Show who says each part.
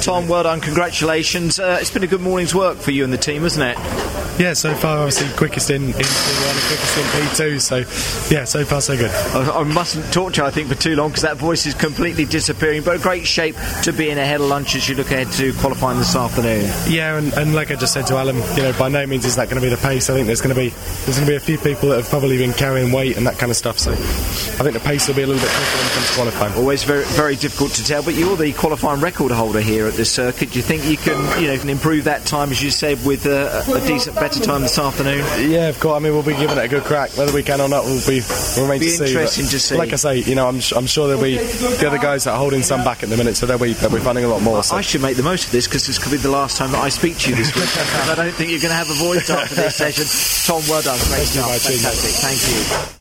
Speaker 1: Tom, well done. Congratulations. Uh, it's been a good morning's work for you and the team, hasn't it?
Speaker 2: Yeah, so far, obviously, quickest in, in P1 quickest in P2. So, yeah, so far, so good.
Speaker 1: I, I mustn't torture, I think, for too long because that voice is completely disappearing. But a great shape to be in ahead of lunch as you look ahead to qualifying this afternoon.
Speaker 2: Yeah, and, and like I just said to Alan, you know, by no means is that going to be the pace. I think there's going to be there's going to be a few people that have probably been carrying weight and that kind of stuff. So, I think the pace will be a little bit quicker when it comes to qualifying.
Speaker 1: Always very very difficult to tell. But you're the qualifying record holder here at this circuit. Do you think you can you know can improve that time as you said with uh, a, a decent better time this afternoon?
Speaker 2: Yeah, of course. I mean, we'll be giving it a good crack. Whether we can or not will be will remain
Speaker 1: Be
Speaker 2: to see.
Speaker 1: interesting
Speaker 2: But
Speaker 1: to see.
Speaker 2: Like I say, you know, I'm, su- I'm sure there'll be the other guys that are holding some back at the minute, so they'll be they'll be finding a lot more. So.
Speaker 1: I should make the most of this because this could be the last time that I speak to you this week. 'Cause I don't think you're going to have a voice after this session. Tom, well done. Great
Speaker 2: you,
Speaker 1: job.
Speaker 2: my team.
Speaker 1: Fantastic. Thank you.